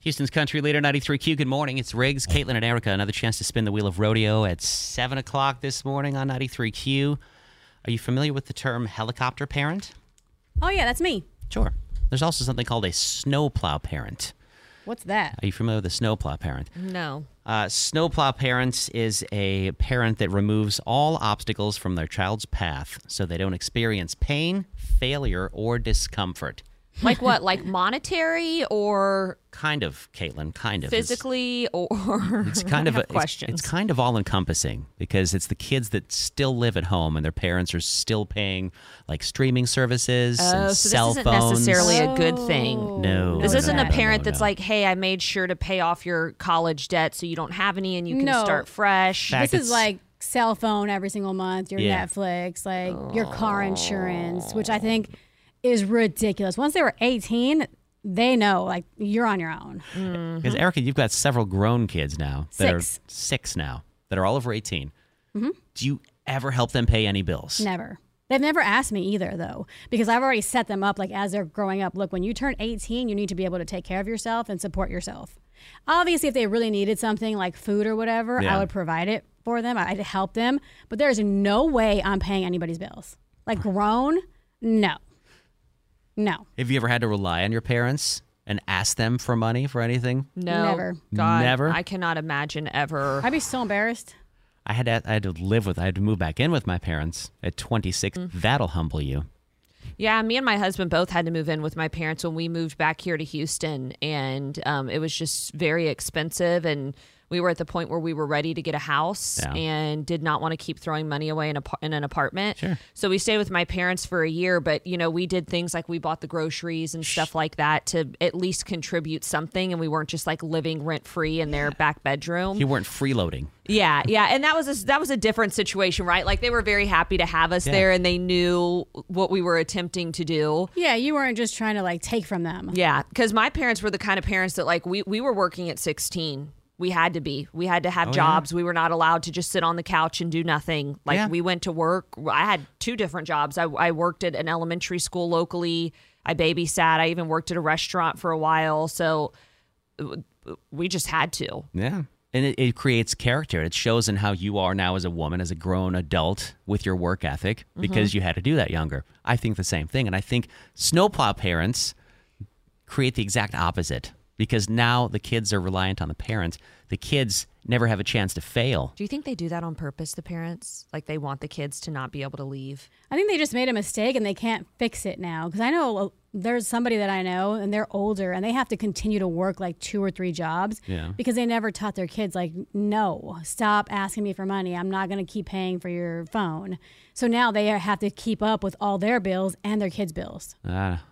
Houston's Country Leader 93Q. Good morning. It's Riggs, Caitlin, and Erica. Another chance to spin the wheel of rodeo at 7 o'clock this morning on 93Q. Are you familiar with the term helicopter parent? Oh yeah, that's me. Sure. There's also something called a snowplow parent. What's that? Are you familiar with a snowplow parent? No. Uh, snowplow parents is a parent that removes all obstacles from their child's path so they don't experience pain, failure, or discomfort. Like what? Like monetary or Kind of, Caitlin, kind of. It's- physically or It's kind of I a, have it's- questions. It's, kind of all encompassing because it's the kids that still live at home and their parents are still paying like streaming services oh, and so cell this isn't phones. necessarily a good Oh. thing. No, This no, isn't no, a no, parent no, that's no. like, "Hey, I made sure to pay off your college debt so you don't have any and you can No. start fresh." Fact- This it's- is like cell phone every single month, your Yeah. Netflix, like your car insurance, which I think is ridiculous. Once they were 18, they know like you're on your own. Mm-hmm. because Erica, you've got several grown kids now that Six. are six now that are all over 18 Mm-hmm. Do you ever help them pay any bills? Never. They've never asked me either though, because I've already set them up like as they're growing up. Look, when you turn 18, you need to be able to take care of yourself and support yourself. Obviously, if they really needed something like food or whatever, Yeah. I would provide it for them. I'd help them, but there's no way I'm paying anybody's bills. Like grown? No. No. Have you ever had to rely on your parents and ask them for money for anything? no. Never. God, Never? I cannot imagine ever. I'd be so embarrassed. I had to, I had to live with I had to move back in with my parents at 26. Mm. That'll humble you. Yeah, me and my husband both had to move in with my parents when we moved back here to Houston, and um, it was just very expensive. And we were at the point where we were ready to get a house Yeah. and did not want to keep throwing money away in, a, par- in an apartment. Sure. So we stayed with my parents for a year, but you know, we did things like we bought the groceries and stuff like that to at least contribute something, and we weren't just like living rent free in their back bedroom. You weren't freeloading. Yeah, yeah, and that was a, that was a different situation, right? Like they were very happy to have us Yeah. there, and they knew what we were attempting to do. Yeah, you weren't just trying to like take from them. Yeah, because my parents were the kind of parents that like we we were working at sixteen. We had to be. We had to have jobs. We were not allowed to just sit on the couch and do nothing. Like Yeah. we went to work. I had two different jobs. I, I worked at an elementary school locally. I babysat. I even worked at a restaurant for a while. So uh, we just had to. Yeah. And it, it creates character. It shows in how you are now as a woman, as a grown adult with your work ethic because you had to do that younger. I think the same thing. And I think snowplow parents create the exact opposite because now the kids are reliant on the parents. The kids never have a chance to fail. Do you think they do that on purpose? The parents like they want the kids to not be able to leave. I think they just made a mistake and they can't fix it now. Because I know uh, there's somebody that I know and they're older and they have to continue to work like two or three jobs Yeah. because they never taught their kids, like, no, stop asking me for money. I'm not going to keep paying for your phone. So now they are- have to keep up with all their bills and their kids' bills. Ah.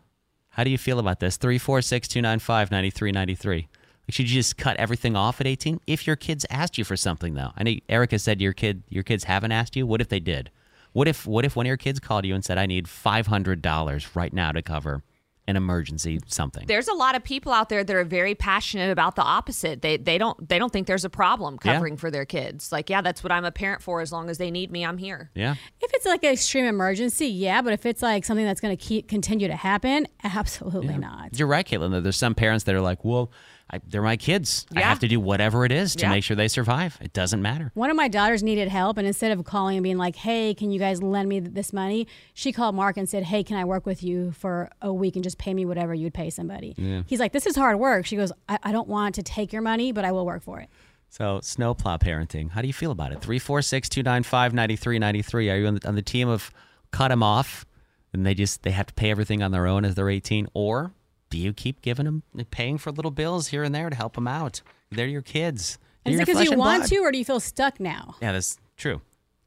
how do you feel about this? 346 295 9393. Should you just cut everything off at 18? If your kids asked you for something, though, I know Erica said your kid your kids haven't asked you. What if they did? What if what if one of your kids called you and said, "I need five hundred dollars right now to cover an emergency something"? There's a lot of people out there that are very passionate about the opposite. They they don't they don't think there's a problem Yeah. covering for their kids. Like, yeah, that's what I'm a parent for. As long as they need me, I'm here. Yeah, If it's like an extreme emergency, yeah, but if it's like something that's going to keep continue to happen, absolutely not. you're right, Caitlin. though. There's some parents that are like, "Well, I, they're my kids. I Yeah. have to do whatever it is to Yeah. make sure they survive. It doesn't matter." One of my daughters needed help, and instead of calling and being like, "Hey, can you guys lend me th- this money?" she called Mark and said, "Hey, can I work with you for a week and just pay me whatever you'd pay somebody?" He's like, "This is hard work." She goes, I-, "I don't want to take your money, but I will work for it." So, snowplow parenting. How do you feel about it? 346 295 9393. Are you on the, on the team of cut them off and they just they have to pay everything on their own as they're 18? Or do you keep giving them, paying for little bills here and there to help them out? They're your kids. And is They're it your because flesh you and want blood. to, or do you feel stuck now? Yeah, that's true.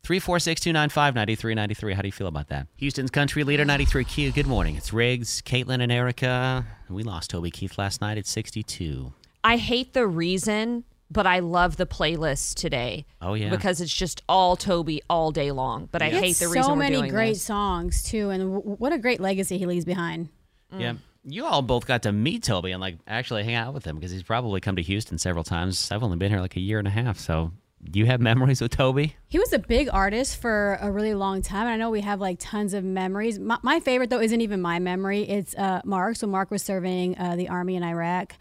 346 295 9393. How do you feel about that? Houston's Country Leader 93Q. Good morning. It's Riggs, Caitlin, and Erica. We lost Toby Keith last night at 62. I hate the reason, but I love the playlist today. Oh, yeah. because it's just all Toby all day long. But I hate It's the so reason. we're many doing great this. songs too, and w- what a great legacy he leaves behind. Yeah. You all both got to meet Toby and like actually hang out with him because he's probably come to Houston several times. I've only been here like a year and a half, so do you have memories with Toby? He was a big artist for a really long time, and I know we have like tons of memories. My, my favorite though isn't even my memory; it's uh, Mark's. When Mark was serving uh, the army in Iraq,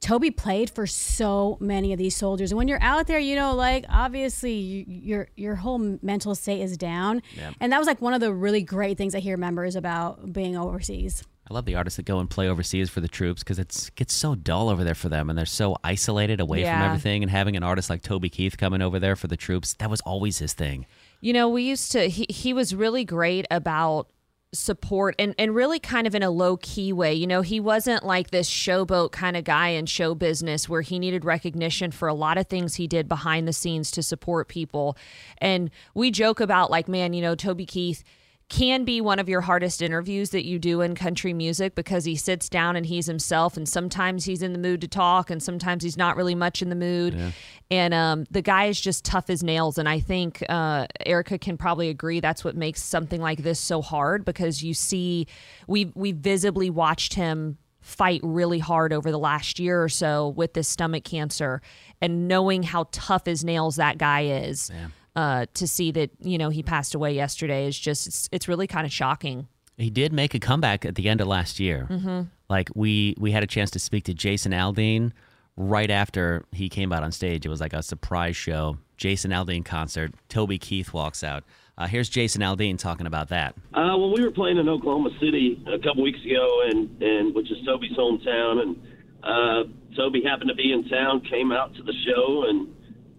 Toby played for so many of these soldiers. And when you're out there, you know, like obviously you, your your whole mental state is down. And that was like one of the really great things I hear members about being overseas. I love the artists that go and play overseas for the troops because it gets so dull over there for them and they're so isolated away Yeah. from everything. And having an artist like Toby Keith coming over there for the troops, that was always his thing. You know, we used to he he was really great about support and and really kind of in a low key way. You know, he wasn't like this showboat kind of guy in show business where he needed recognition for a lot of things he did behind the scenes to support people. And we joke about like, man, you know, Toby Keith can be one of your hardest interviews that you do in country music because he sits down and he's himself and sometimes he's in the mood to talk and sometimes he's not really much in the mood and um, the guy is just tough as nails and i think uh, erica can probably agree that's what makes something like this so hard because you see we we visibly watched him fight really hard over the last year or so with this stomach cancer and knowing how tough as nails that guy is uh, to see that you know he passed away yesterday is just it's, it's really kind of shocking He did make a comeback at the end of last year. Mm-hmm. Like we we had a chance to speak to Jason Aldean right after he came out on stage. It was like a surprise show. Jason Aldean concert. Toby Keith walks out. Uh, here's Jason Aldean talking about that. Uh, well, we were playing in Oklahoma City a couple weeks ago, and and which is Toby's hometown, and uh, Toby happened to be in town, came out to the show, and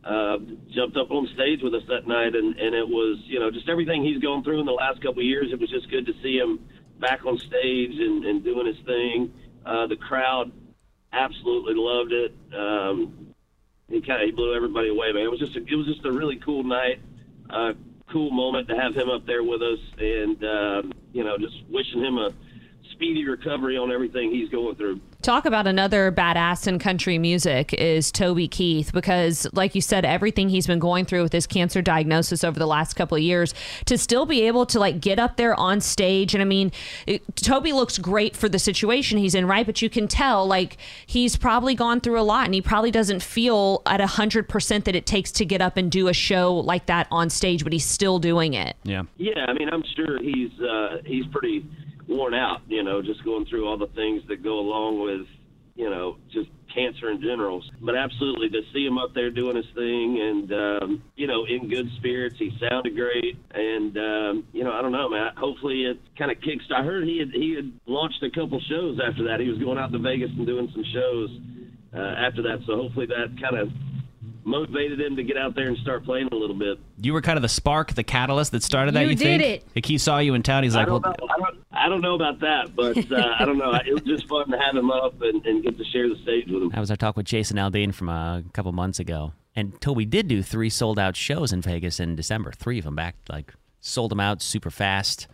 uh, jumped up on stage with us that night, and and it was you know just everything he's gone through in the last couple of years. It was just good to see him back on stage and and doing his thing. Uh, the crowd absolutely loved it. Um, he kind of he blew everybody away, man. It was just a, it was just a really cool night, uh, cool moment to have him up there with us, and um, you know, just wishing him a speedy recovery on everything he's going through. Talk about another badass in country music is Toby Keith because, like you said, everything he's been going through with his cancer diagnosis over the last couple of years to still be able to like get up there on stage. And I mean, it, Toby looks great for the situation he's in, right? But you can tell like he's probably gone through a lot and he probably doesn't feel at 100% that it takes to get up and do a show like that on stage, but he's still doing it. Yeah. Yeah, I mean, I'm sure he's uh, he's pretty worn out, you know, just going through all the things that go along with, you know, just cancer in general. But absolutely, to see him up there doing his thing and um, you know in good spirits, he sounded great, and um, you know, I don't know, man. Hopefully, it kind of kicks. I heard he had he had launched a couple shows after that. He was going out to Vegas and doing some shows uh, after that. So hopefully, that kind of motivated him to get out there and start playing a little bit. You were kind of the spark, the catalyst that started that. You You, did think? it. Like he saw you in town. He's I like, don't, well, know, I, don't, I don't know about that, but uh, I don't know. It was just fun to have him up and, and get to share the stage with him. That was our talk with Jason Aldean from uh, a couple months ago. And Toby did do three sold out shows in Vegas in December, three of them back, like sold them out super fast.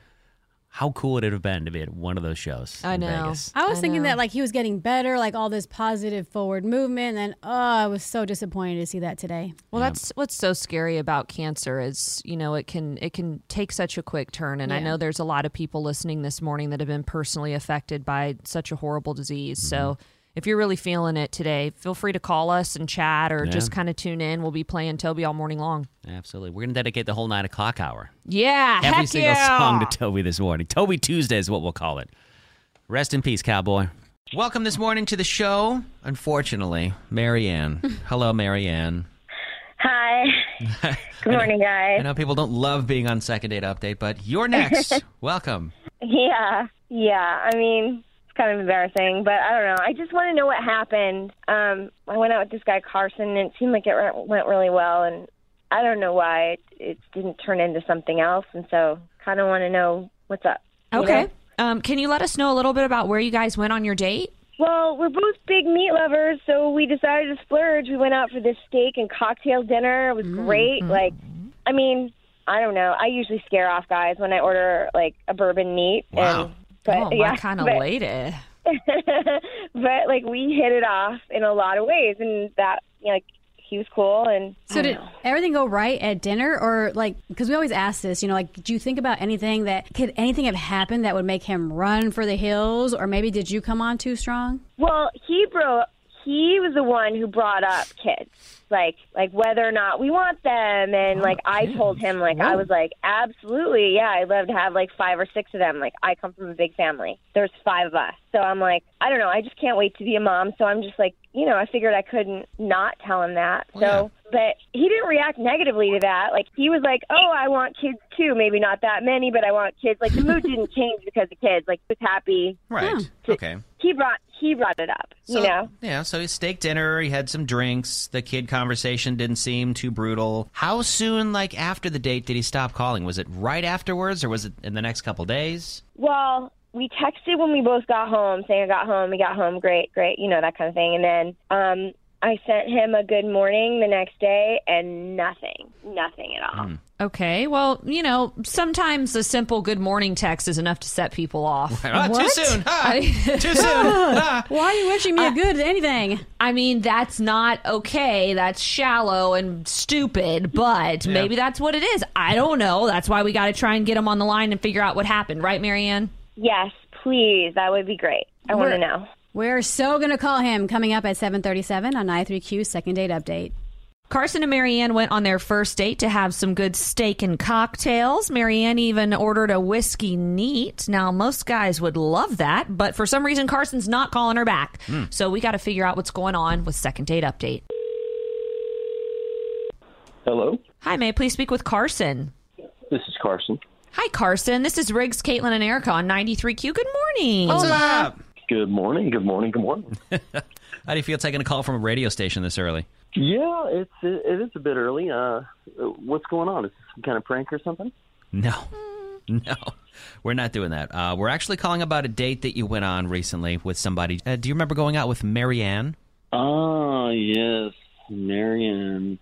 How cool would it have been to be at one of those shows I in know. Vegas? I was thinking that like he was getting better, like all this positive forward movement. And then, oh, I was so disappointed to see that today. Well, that's what's so scary about cancer is you know it can it can take such a quick turn, and I know there's a lot of people listening this morning that have been personally affected by such a horrible disease. So Mm-hmm. if you're really feeling it today, feel free to call us and chat, or just kind of tune in. We'll be playing Toby all morning long. Absolutely. We're going to dedicate the whole nine o'clock hour, Yeah, every heck single yeah. song to Toby this morning. Toby Tuesday is what we'll call it. Rest in peace, cowboy. Welcome this morning to the show. Unfortunately, Marianne. Hello, Marianne. Hi. Good morning, I guys. know people don't love being on Second Date Update, but you're next. Welcome. Yeah, yeah. I mean, it's kind of embarrassing, but I don't know. I just want to know what happened. Um, I went out with this guy Carson, and it seemed like it re- went really well, and I don't know why it, it didn't turn into something else, and so kind of want to know what's up. you Okay, know? um, can you let us know a little bit about where you guys went on your date? Well, we're both big meat lovers, so we decided to splurge. We went out for this steak and cocktail dinner. It was great. Like, I mean, I don't know. I usually scare off guys when I order like a bourbon neat. Wow. And, but, oh, yeah, my kind of but- lady. but like we hit it off in a lot of ways, and that you know, like he was cool, and So did everything go right at dinner, or like because we always ask this, you know, like do you think about anything that could anything have happened that would make him run for the hills, or maybe did you come on too strong? well, he bro, he was the one who brought up kids, like like whether or not we want them, and like I told him, like I was like, absolutely, yeah, I'd love to have like five or six of them. Like I come from a big family, there's five of us, so I'm like, I don't know, I just can't wait to be a mom, so I'm just like you know, I figured I couldn't not tell him that. So, but he didn't react negatively to that. Like he was like, "Oh, I want kids too. Maybe not that many, but I want kids." Like the mood didn't change because of kids. Like he was happy. Yeah. Right. Okay. He brought he brought it up. So- you know. Yeah, so he steak dinner, he had some drinks, the kid conversation didn't seem too brutal. How soon, like after the date, did he stop calling? Was it right afterwards or was it in the next couple days? Well, we texted when we both got home, saying I got home, we got home, great, great, you know that kind of thing. And then um, I sent him a good morning the next day, and nothing, nothing at all. Okay, well, you know, sometimes a simple good morning text is enough to set people off. Ah, Too What? soon. Ah, I- too soon. Ah. Why are you wishing me a good anything? I mean, that's not okay. That's shallow and stupid, but maybe that's what it is. I don't know. That's why we got to try and get them on the line and figure out what happened, right, Marianne? Yes, please, that would be great. I want to know. We're so gonna call him coming up at 7:37 on i3Q's second date update. Carson and Marianne went on their first date to have some good steak and cocktails. Marianne even ordered a whiskey neat. Now, most guys would love that, but for some reason, Carson's not calling her back. So we got to figure out what's going on with second date update. Hello, Hi, may I please speak with Carson? this is Carson. Hi, Carson. This is Riggs, Caitlin, and Erica on 93Q. Good morning. Ah. Good morning. Good morning. Good morning. How do you feel taking a call from a radio station this early? yeah, it's it, it is a bit early. Uh, what's going on? Is this some kind of prank or something? No. No. We're not doing that. Uh, we're actually calling about a date that you went on recently with somebody. Uh, do you remember going out with Marianne? Ah, yes, Marion.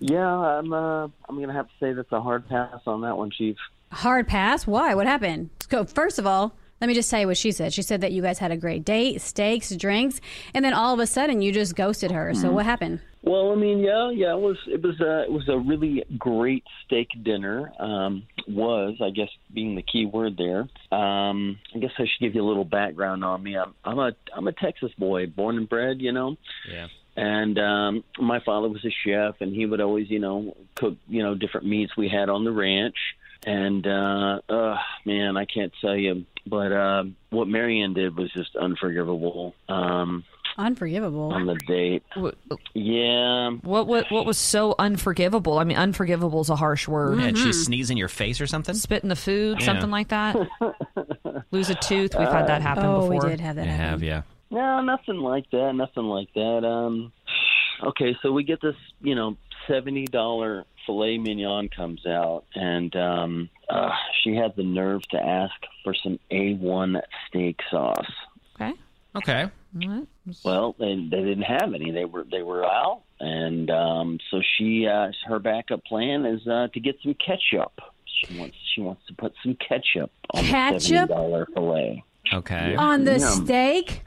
Yeah, I'm. Uh, I'm gonna have to say that's a hard pass on that one, Chief. Hard pass. Why? What happened? So first of all, let me just tell you what she said. She said that you guys had a great date, steaks, drinks, and then all of a sudden you just ghosted her. So what happened? Well, I mean, yeah, yeah, it was it was a it was a really great steak dinner. Um, was I guess being the key word there. Um, I guess I should give you a little background on me. I'm I'm a I'm a Texas boy, born and bred, you know. Yeah. And um, my father was a chef, and he would always, you know, cook you know different meats we had on the ranch. And uh, uh man, I can't tell you, but uh, what Marianne did was just unforgivable um, Unforgivable. on the date. What, Yeah. what, what, what was so unforgivable? I mean, unforgivable is a harsh word. And she sneezed in your face or something? Spit in the food, something like that. Lose a tooth. We've had that happen Oh, before. we did have that. I happen. have, yeah. No, nothing like that. Nothing like that. Um, okay, so we get this, you know, seventy dollar filet mignon comes out, and um, uh, she had the nerve to ask for some A one steak sauce. Okay. Okay. Well, they they didn't have any. They were they were out, and um, so she uh, her backup plan is uh, to get some ketchup. She wants she wants to put some ketchup on the Ketchup? seventy dollar filet. Okay. On the Yum. steak?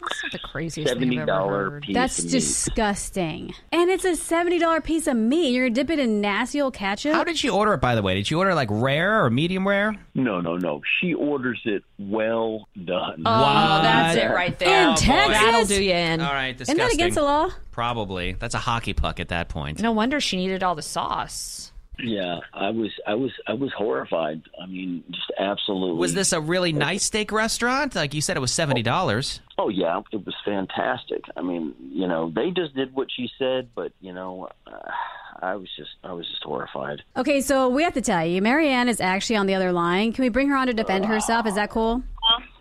That's not the craziest thing Seventy I've ever dollar heard. piece. That's of meat. disgusting. And it's a $70 piece of meat. You're going to dip it in nasty old ketchup? How did you order it, by the way? Did you order like rare or medium rare? No, no, no. She orders it well done. Uh, Oh, that's it right there. In Texas? That'll do you in. All right, disgusting. Isn't that against the law? Probably. That's a hockey puck at that point. No wonder she needed all the sauce. Yeah, I was, I was, I was horrified. I mean, just absolutely. Was this a really nice steak restaurant? Like you said, it was seventy dollars. Oh yeah, it was fantastic. I mean, you know, they just did what she said, but you know, uh, I was just, I was just horrified. Okay, so we have to tell you, Marianne is actually on the other line. Can we bring her on to defend herself? Is that cool?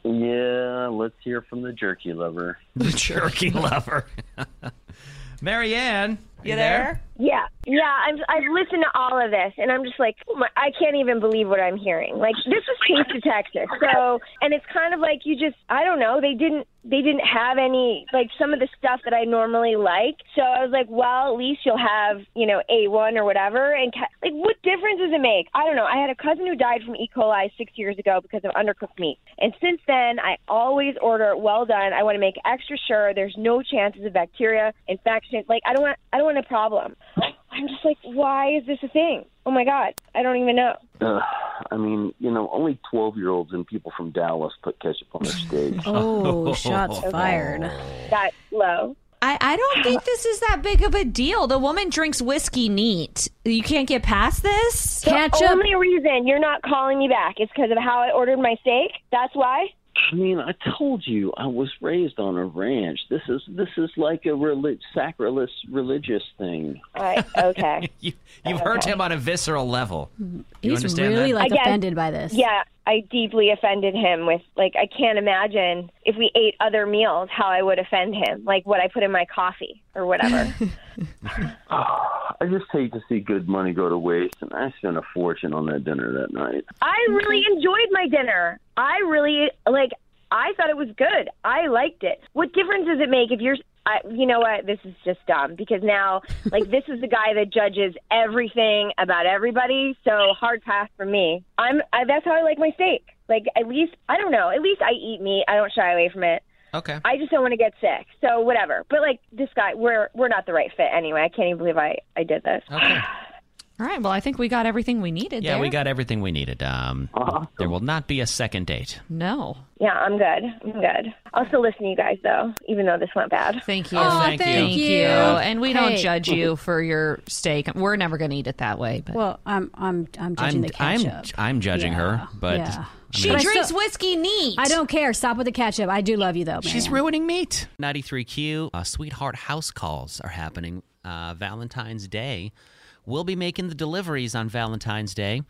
Yeah, let's hear from the jerky lover. The jerky lover. Marianne, you, there? Yeah, yeah. I'm, I've listened to all of this, and I'm just like, oh my, I can't even believe what I'm hearing. Like this was Taste of Texas, so and it's kind of like you just, I don't know. They didn't, they didn't have any like some of the stuff that I normally like. So I was like, well, at least you'll have you know a one or whatever. And ca- like, what difference does it make? I don't know. I had a cousin who died from E. coli six years ago because of undercooked meat, and since then I always order it well done. I want to make extra sure there's no chances of bacteria infection. Like I don't want, I don't want a problem. I'm just like, why is this a thing? Oh my god, I don't even know. Ugh, I mean, you know, only twelve-year-olds and people from Dallas put ketchup on their steak. Oh, shots fired. That low. I, I don't think this is that big of a deal. The woman drinks whiskey neat. You can't get past this? Ketchup? Only reason you're not calling me back is because of how I ordered my steak. That's why. I mean, I told you I was raised on a ranch. This is this is like a relig- sacrilegious religious thing. All right. Okay. You, you've hurt him on a visceral level. You He's understand really that? like I guess- offended by this. yeah, I deeply offended him with like I can't imagine if we ate other meals how I would offend him. Like what I put in my coffee or whatever. I just hate to see good money go to waste, and I spent a fortune on that dinner that night. I really enjoyed my dinner. I really like. I thought it was good. I liked it. What difference does it make if you're? I, you know what? This is just dumb because now, like, this is the guy that judges everything about everybody. So hard pass for me. I'm. I, that's how I like my steak. Like, at least I don't know. At least I eat meat. I don't shy away from it. Okay. I just don't want to get sick. So whatever. But like this guy, we're we're not the right fit anyway. I can't even believe I I did this. Okay. All right. Well, I think we got everything we needed. Yeah, there. we got everything we needed. Um, There will not be a second date. No. Yeah, I'm good. I'm good. I'll still listen to you guys though, even though this went bad. Thank you. Oh, thank you. thank Thank you. you. And we don't Hey. judge you for your steak. We're never going to eat it that way. But. Well, I'm I'm I'm judging the I'm ketchup. I'm judging her, but yeah. she But I drinks still- whiskey neat. I don't care. Stop with the ketchup. I do love you though. She's Marianne. ruining meat. 93Q, uh, Sweetheart House Calls are happening uh, Valentine's Day. We'll be making the deliveries on Valentine's Day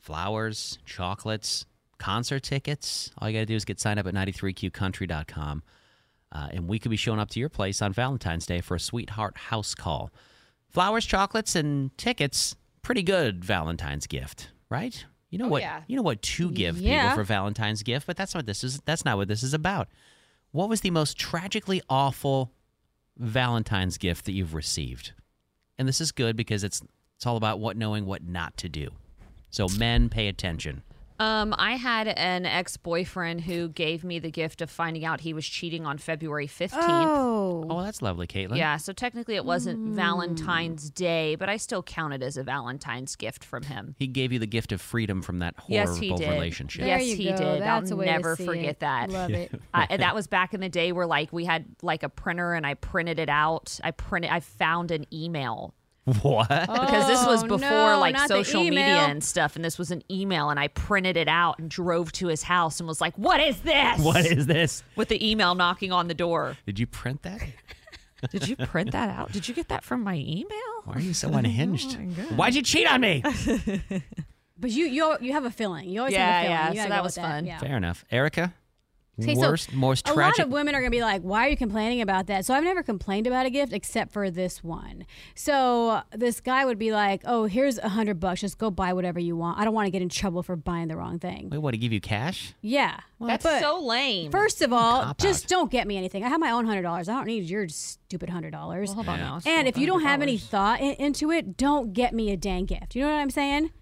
flowers, chocolates, concert tickets. All you got to do is get signed up at 93QCountry.com. Uh, and we could be showing up to your place on Valentine's Day for a Sweetheart House Call. Flowers, chocolates, and tickets. Pretty good Valentine's gift, right? You know what? You know what to give Yeah. people for Valentine's gift, but that's not what this is. That's not what this is about. What was the most tragically awful Valentine's gift that you've received? And this is good because it's it's all about what knowing what not to do. So men pay attention. Um, I had an ex boyfriend who gave me the gift of finding out he was cheating on February 15th. Oh, Hmm. Oh, that's lovely, Caitlin. Yeah, so technically it wasn't Valentine's Day, but I still count it as a Valentine's gift from him. He gave you the gift of freedom from that horrible Yes, he did. relationship. Yeah. there Yes, you he go. did. That's I'll a way to never see forget it. that. Love it. I, and that was back in the day where like we had like a printer and I printed it out. I printed I found an email What? because this was Oh, before no, like not the social media email. and stuff and this was an email and I printed it out and drove to his house and was like, "What is this?" What is this? with the email knocking on the door. Did you print that? Did you print that out? Did you get that from my email? Why are you Oh so unhinged? Why'd you cheat on me? But you you al- you have a feeling. You always Yeah, have a feeling. yeah, You so gotta that go was with fun. Yeah. Fair enough. Erica, Okay, so worst, most a tragic. lot of women are going to be like, "Why are you complaining about that?" So I've never complained about a gift except for this one. So this guy would be like, "Oh, here's a hundred bucks. Just go buy whatever you want. I don't want to get in trouble for buying the wrong thing." Wait, what? To give you cash? yeah, That's But so lame. First of all, Cop just out. don't get me anything. I have my own hundred dollars. I don't need your stupid hundred dollars. Hold on now. and if you don't have any $100. thought in- into it, don't get me a dang gift. You know what I'm saying?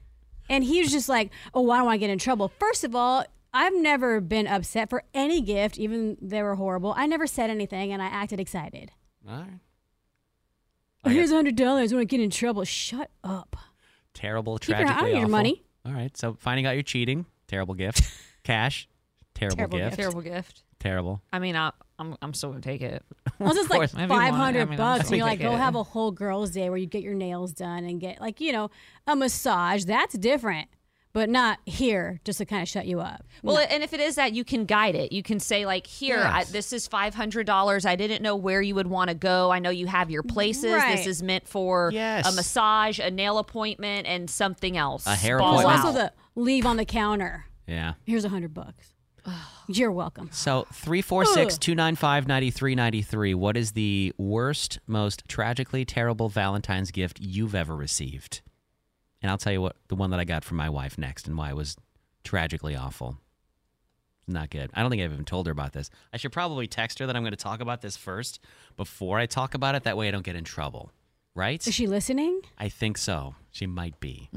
And he was just like, "Oh, I don't want to get in trouble." First of all, I've never been upset for any gift, even they were horrible. I never said anything, and I acted excited. All right. Oh, I got- here's hundred dollars. I want to get in trouble. Shut up. terrible, Keep your- I tragically don't need your awful. money. All right, so finding out you're cheating, terrible gift. Cash, terrible, Terrible gift. gift. terrible gift. Terrible. I mean, I, I'm I'm still gonna take it. Well, it's like course. If you want it, I five hundred mean, I'm sure bucks, and you're you like, can go get it. have a whole girls' day where you get your nails done and get like you know a massage. That's different, but not here just to kind of shut you up. Well, and if it is that, you can guide it. You can say like, here, I, this is five hundred dollars. I didn't know where you would want to go. I know you have your places. This Right. is meant for Yes. a massage, a nail appointment, and something else. A hair Ball There's appointment. also out. the leave on the counter. Yeah. Here's a hundred bucks. You're welcome. So 346 295 9393. What is the worst, most tragically terrible Valentine's gift you've ever received? And I'll tell you what, the one that I got from my wife next and why it was tragically awful. Not good. I don't think I've even told her about this. I should probably text her that I'm going to talk about this first before I talk about it. That way I don't get in trouble. Right? Is she listening? I think so. She might be.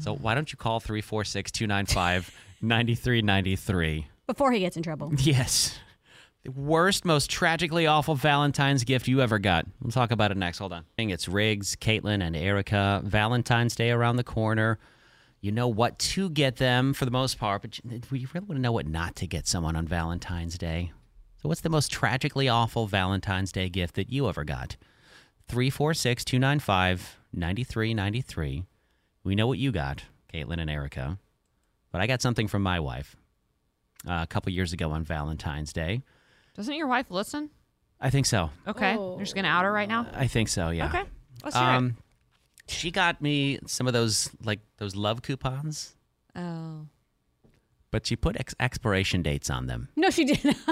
So why don't you call 346 295 9393? Before he gets in trouble. Yes. The worst, most tragically awful Valentine's gift you ever got. We'll talk about it next. Hold on. I think It's Riggs, Caitlin, and Erica. Valentine's Day around the corner. You know what to get them for the most part, but you you really want to know what not to get someone on Valentine's Day. So, what's the most tragically awful Valentine's Day gift that you ever got? 346 295 9393. We know what you got, Caitlin and Erica, but I got something from my wife. uh, a couple years ago on Valentine's Day. Doesn't your wife listen? I think so. Okay, you're just gonna out her right now. I think so. Yeah. Okay, let's hear Um, she got me some of those like those love coupons, it. Oh. but she put ex- expiration dates on them. No, she did not.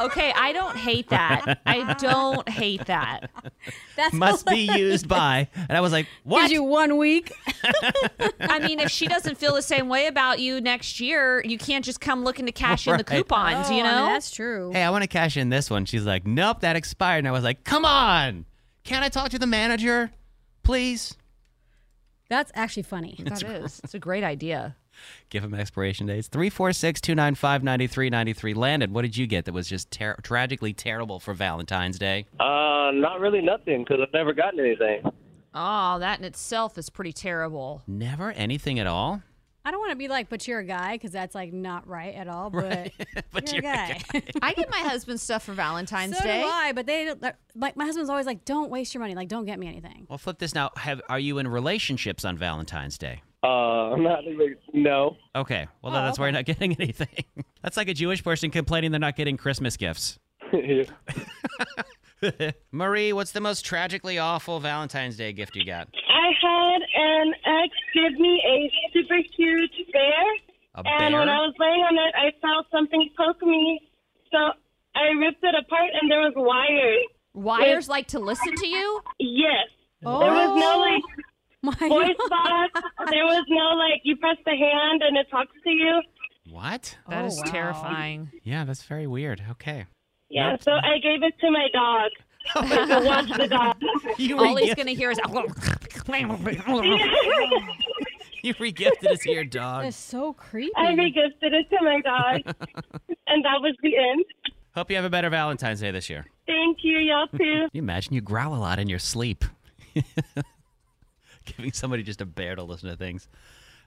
Okay, I don't hate that. I don't hate that. That's Must be used by, and I was like, "What?" Gives you one week. I mean, if she doesn't feel the same way about you next year, you can't just come looking to cash in the Right. coupons, Oh, I you mean, know? that's true. hey, I want to cash in this one. She's like, nope, that expired. And I was like, come on. Can I talk to the manager, please? That's actually funny. that is. It's a great idea. Give him expiration dates. 346 295 9393. Landon, what did you get that was just ter- tragically terrible for Valentine's Day? Uh, not really nothing because I've never gotten anything. Oh, that in itself is pretty terrible. Never anything at all. I don't want to be like, but you're a guy, because that's like not right at all. But, But you're, a guy. I get my husband stuff for Valentine's so Day. do I. But they, don't- they're- like, my husband's always like, don't waste your money. Like, don't get me anything. Well, flip this now. Have, are you in relationships on Valentine's Day? Uh, not really, no. Okay. Well, Oh, then that's why you're not getting anything. that's like a Jewish person complaining they're not getting Christmas gifts. Marie, what's the most tragically awful Valentine's Day gift you got? I had an ex give me a super huge bear, A and bear? when I was laying on it, I felt something poke me, so I ripped it apart, and there was wires. Wires like to listen to you? Yes, Oh. there was no like My voice box. there was no like you press the hand and it talks to you. What? That is terrifying. Yeah, that's very weird. Okay. Yeah, so I gave it to my dog. Oh to watch the dog. You All he's regif- going to hear is. you regifted us to your dog. That's so creepy. I regifted it to my dog, and that was the end. Hope you have a better Valentine's Day this year. Can Thank you, y'all too. you imagine you growl a lot in your sleep? Giving somebody just a bear to listen to things.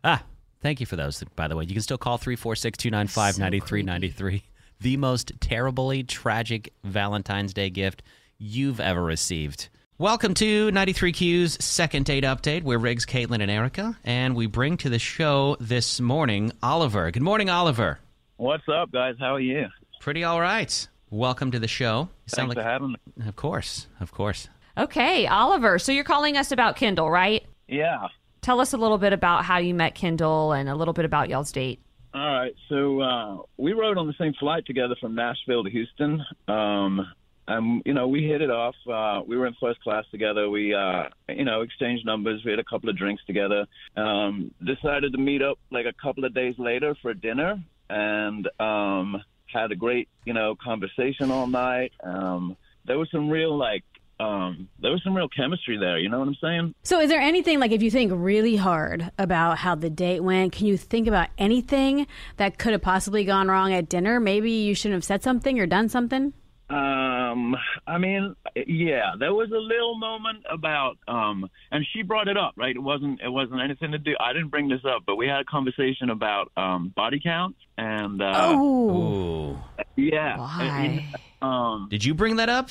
Ah, thank you for those, by the way. You can still call 346 295 9393. The most terribly tragic Valentine's Day gift you've ever received. Welcome to 93Q's second date update. We're Riggs, Caitlin, and Erica, and we bring to the show this morning Oliver. Good morning, Oliver. What's up, guys? How are you? Pretty all right. Welcome to the show. You sound Thanks for having me. like, of course, of course. Okay, Oliver. So you're calling us about Kindle, right? Yeah. Tell us a little bit about how you met Kindle and a little bit about y'all's date. All right. So uh, we rode on the same flight together from Nashville to Houston. Um, and, you know, we hit it off. Uh, we were in first class together. We, uh, you know, exchanged numbers. We had a couple of drinks together. Um, decided to meet up like a couple of days later for dinner and um, had a great, you know, conversation all night. Um, there was some real, like, um, there was some real chemistry there. You know what I'm saying? So, is there anything like if you think really hard about how the date went, can you think about anything that could have possibly gone wrong at dinner? Maybe you shouldn't have said something or done something. Um, I mean, yeah, there was a little moment about, um, and she brought it up, right? It wasn't, it wasn't anything to do. I didn't bring this up, but we had a conversation about um, body counts, and uh, oh, Ooh. yeah, Why? um, Did you bring that up?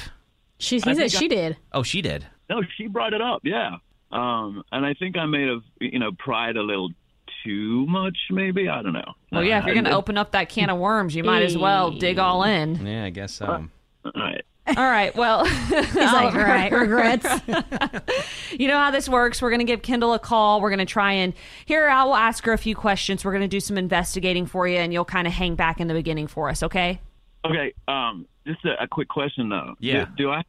she he said she did. Oh, she did. no, she brought it up, yeah. Um, and I think I may have, you know, pried a little too much, maybe. I don't know. Well, yeah, if you're going to open up that can of worms, you might as well dig all in. Yeah, I guess so. All right. All right. Well, He's like, all Oh, right, regrets. you know how this works. We're going to give Kendall a call. We're going to try and here I will ask her a few questions. We're going to do some investigating for you, and you'll kind of hang back in the beginning for us, okay? Okay. Um, just a, a quick question though. Yeah. Do, do I,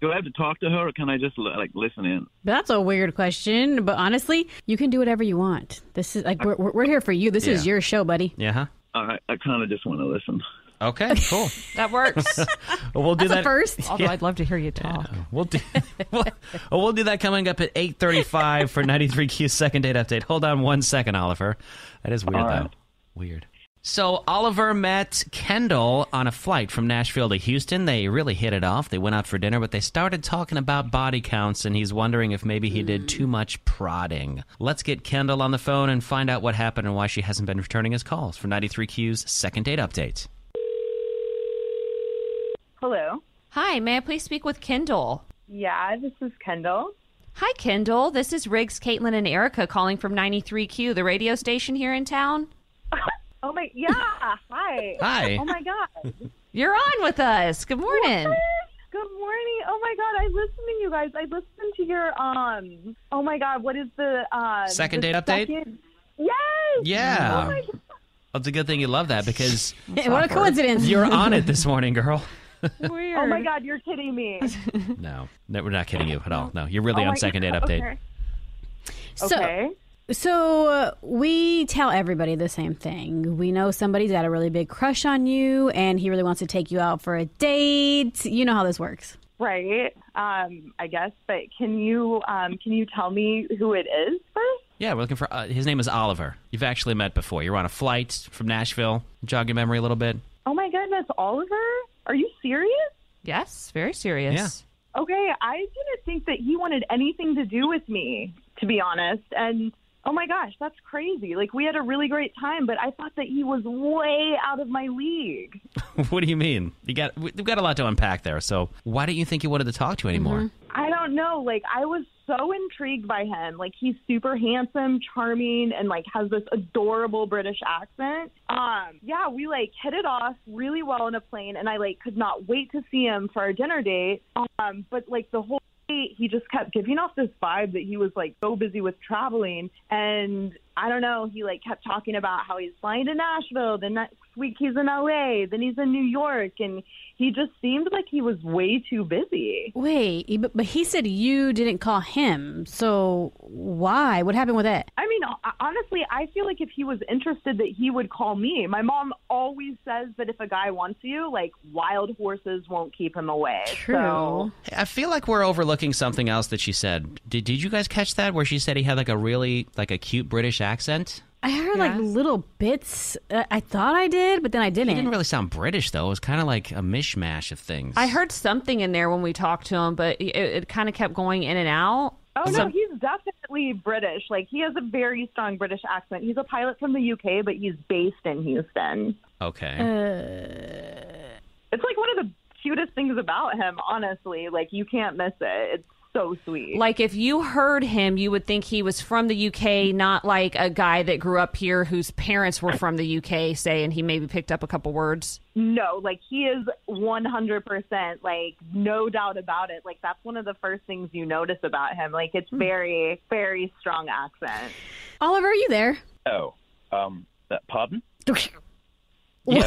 do I have to talk to her, or can I just like listen in? That's a weird question, but honestly, you can do whatever you want. This is like we're, we're we're here for you. This is Yeah. your show, buddy. yeah. Huh? All right. I kind of just want to listen. Okay. Cool. That works. Well, we'll do That's that a first. Although I'd love to hear you talk. We'll do. we'll, oh, we'll do that coming up at eight thirty-five for ninety-three Q's second date update. Hold on one second, Oliver. That is weird All though. right. Weird. So Oliver met Kendall on a flight from Nashville to Houston. They really hit it off. They went out for dinner, but they started talking about body counts, and he's wondering if maybe he did too much prodding. Let's get Kendall on the phone and find out what happened and why she hasn't been returning his calls for 93Q's second date update. Hello. Hi, may I please speak with Kendall? Yeah, this is Kendall. Hi, Kendall. This is Riggs, Caitlin, and Erica calling from 93Q, the radio station here in town. Oh my, yeah. Hi. Hi. Oh my God. You're on with us. Good morning. What? Good morning. Oh my God, I listen to you guys. I listen to your um. Oh my God, what is the uh, Second the date update? second- Yes. Yeah. Oh my God. It's a good thing you love that because what a coincidence. you're on it this morning, girl. Weird. Oh my God, you're kidding me. No, no, we're not kidding you at all. No, you're really Oh on my second date God. update. Okay. So- okay. So uh, we tell everybody the same thing. We know somebody's got a really big crush on you, and he really wants to take you out for a date. You know how this works. Right. Um. I guess, but can you um can you tell me who it is first? Yeah, we're looking for. Uh, his name is Oliver. You've actually met before. You're on a flight from Nashville. Jog your memory a little bit. Oh my goodness, Oliver. Are you serious? Yes, very serious. Okay, I didn't think that he wanted anything to do with me, to be honest. And oh my gosh, that's crazy. Like we had a really great time, but I thought that he was way out of my league. what do you mean? You got we- we've got a lot to unpack there. So why didn't you think he wanted to talk to you anymore? I don't know. Like I was so intrigued by him. Like he's super handsome, charming, and like has this adorable British accent. Um, yeah, we like hit it off really well in a plane, and I like could not wait to see him for our dinner date. Um, but like the whole date, he just kept giving off this vibe that he was like so busy with traveling, and I don't know. He like kept talking about how he's flying to Nashville the next week. He's in LA, then he's in New York, and he just seemed like he was way too busy. Wait, he- but but he said you didn't call him. So why? What happened with that? I mean, ho- honestly, I feel like if he was interested, that he would call me. My mom always says that if a guy wants you, like wild horses won't keep him away. So, oh, Hey, I feel like we're overlooking something else that she said. Did Did you guys catch that? Where she said he had like a really like a cute British accent. I heard Yeah. like little bits. Uh, I thought I did, but then I He didn't. didn't really sound British though. It was kind of like a mishmash of things. I heard something in there when we talked to him, but it, it kind of kept going in and out. oh So- no, he's definitely British. Like he has a very strong British accent. He's a pilot from the UK, but he's based in Houston. Okay. It's like one of the cutest things about him. Honestly, like you can't miss it. It's so sweet. Like if you heard him, you would think he was from the UK, not like a guy that grew up here whose parents were from the UK, say, and he maybe picked up a couple words. No, like he is 100%, like no doubt about it. Like that's one of the first things you notice about him. Like Hmm. it's very, very strong accent. Oliver, are you there? Oh, um, that, pardon? Yeah.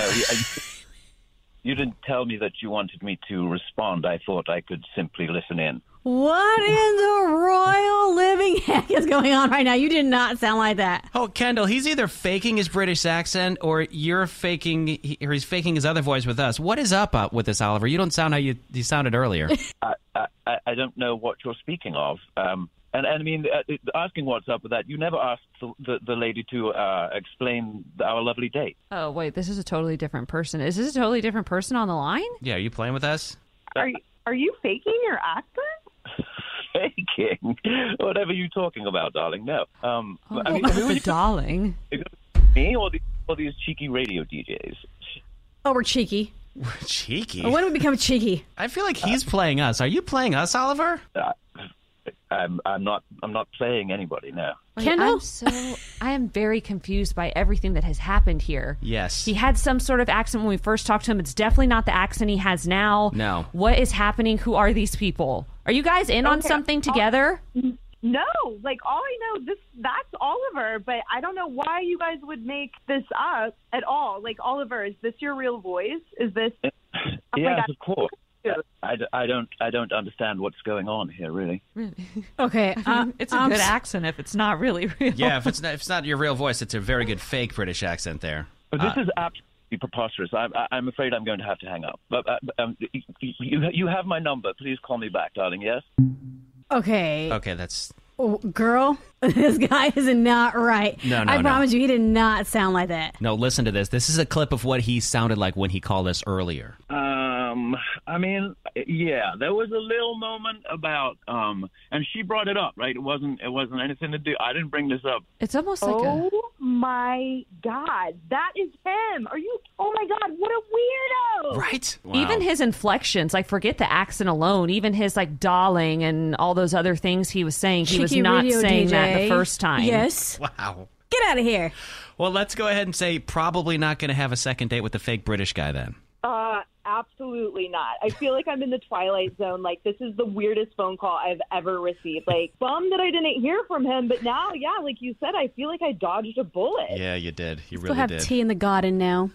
you didn't tell me that you wanted me to respond. I thought I could simply listen in. What in the royal living heck is going on right now? You did not sound like that. Oh, Kendall, he's either faking his British accent or you're faking, he- or he's faking his other voice with us. What is up, up with this, Oliver? You don't sound how you, you sounded earlier. I, I, I- I don't know what you're speaking of. Um, and, and I mean, uh, it- asking what's up with that, you never asked the, the, the lady to uh, explain our lovely date. Oh wait, this is a totally different person. Is this a totally different person on the line? yeah, are you playing with us? Are you, are you faking your accent? Faking. Whatever you're talking about, darling. No. Um, Oh, I mean, who are you- darling. me or, the, or these cheeky radio DJs? Oh, we're cheeky. Cheeky. When did we become cheeky? I feel like he's playing us. Are you playing us, Oliver? Uh, I'm, I'm not. I'm not playing anybody. No. Wait, Kendall? I'm so I am very confused by everything that has happened here. Yes. He had some sort of accent when we first talked to him. It's definitely not the accent he has now. No. What is happening? Who are these people? Are you guys in on Okay, something I'll- together? No, like all I know, this that's Oliver, but I don't know why you guys would make this up at all. Like Oliver, is this your real voice? Is this? Oh my yes, God. of course. I, d- I don't. I don't understand what's going on here. Really. Okay, Mm, uh, Um, I'm s- accent if it's not really real. yeah, if it's, not, if it's not your real voice, it's a very good fake British accent there. But this is absolutely preposterous. I'm, I- I'm afraid I'm going to have to hang up. But uh, um, y- y- you, you have my number. Please call me back, darling. Yes. Okay, Okay, that's. Oh, girl, this guy is not right. No, no, I no. promise you, he did not sound like that. No, listen to this. This is a clip of what he sounded like when he called us earlier. Um, I mean, yeah, there was a little moment about, um, and she brought it up, right? It wasn't, it wasn't anything to do. I didn't bring this up. It's almost like Oh a my God, that is him. Are you? Oh my God, what a weirdo! Right? even his inflections, like forget the accent alone, even his like darling and all those other things he was saying, he was Cheeky not radio saying that DJ. the first time. Yes, Wow. get out of here. Well, let's go ahead and say probably not going to have a second date with the fake British guy then. Uh, absolutely not. I feel like I'm in the twilight zone. Like this is the weirdest phone call I've ever received. Like bummed that I didn't hear from him, but now, yeah, like you said, I feel like I dodged a bullet. Yeah, you did. You Go have tea in the garden now.